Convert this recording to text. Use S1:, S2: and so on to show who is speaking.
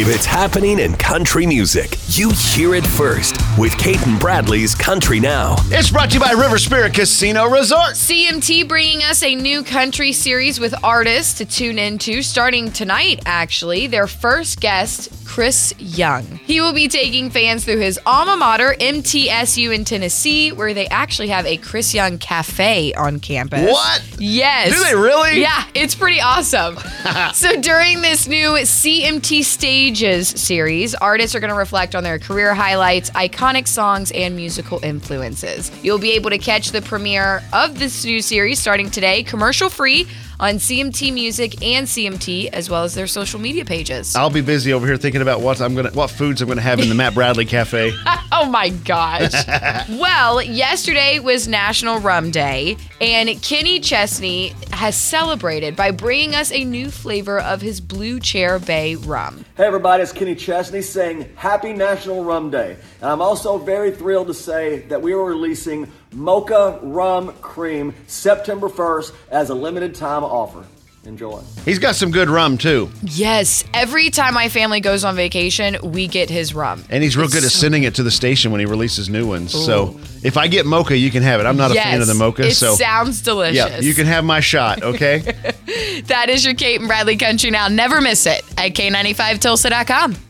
S1: if it's happening in country music, you hear it first with Kaiten Bradley's Country Now.
S2: It's brought to you by River Spirit Casino Resort.
S3: CMT bringing us a new country series with artists to tune into starting tonight, actually. Their first guest, Chris Young. He will be taking fans through his alma mater, MTSU in Tennessee, where they actually have a Chris Young cafe on campus.
S2: What?
S3: Yes.
S2: Do they really?
S3: Yeah, it's pretty awesome. so during this new CMT Stages series, artists are going to reflect on their career highlights, iconic songs, and musical influences. You'll be able to catch the premiere of this new series starting today, commercial free, on CMT Music and CMT, as well as their social media pages.
S2: I'll be busy over here thinking about what I'm gonna, what foods I'm gonna have in the Matt Bradley Cafe.
S3: Oh my gosh. well, yesterday was National Rum Day, and Kenny Chesney has celebrated by bringing us a new flavor of his Blue Chair Bay rum.
S4: Hey everybody, it's Kenny Chesney saying Happy National Rum Day. And I'm also very thrilled to say that we are releasing Mocha Rum Cream September 1st as a limited time offer. Enjoy.
S2: He's got some good rum too,
S3: Yes, every time my family goes on vacation, we get his rum.
S2: and he's real good at sending it to the station when he releases new ones. So if I get mocha, you can have it. I'm not a fan of the mocha,
S3: it
S2: so
S3: sounds delicious.
S2: yeah, you can have my shot. Okay.
S3: That is your Kate and Bradley Country now. Never miss it at K95Tulsa.com.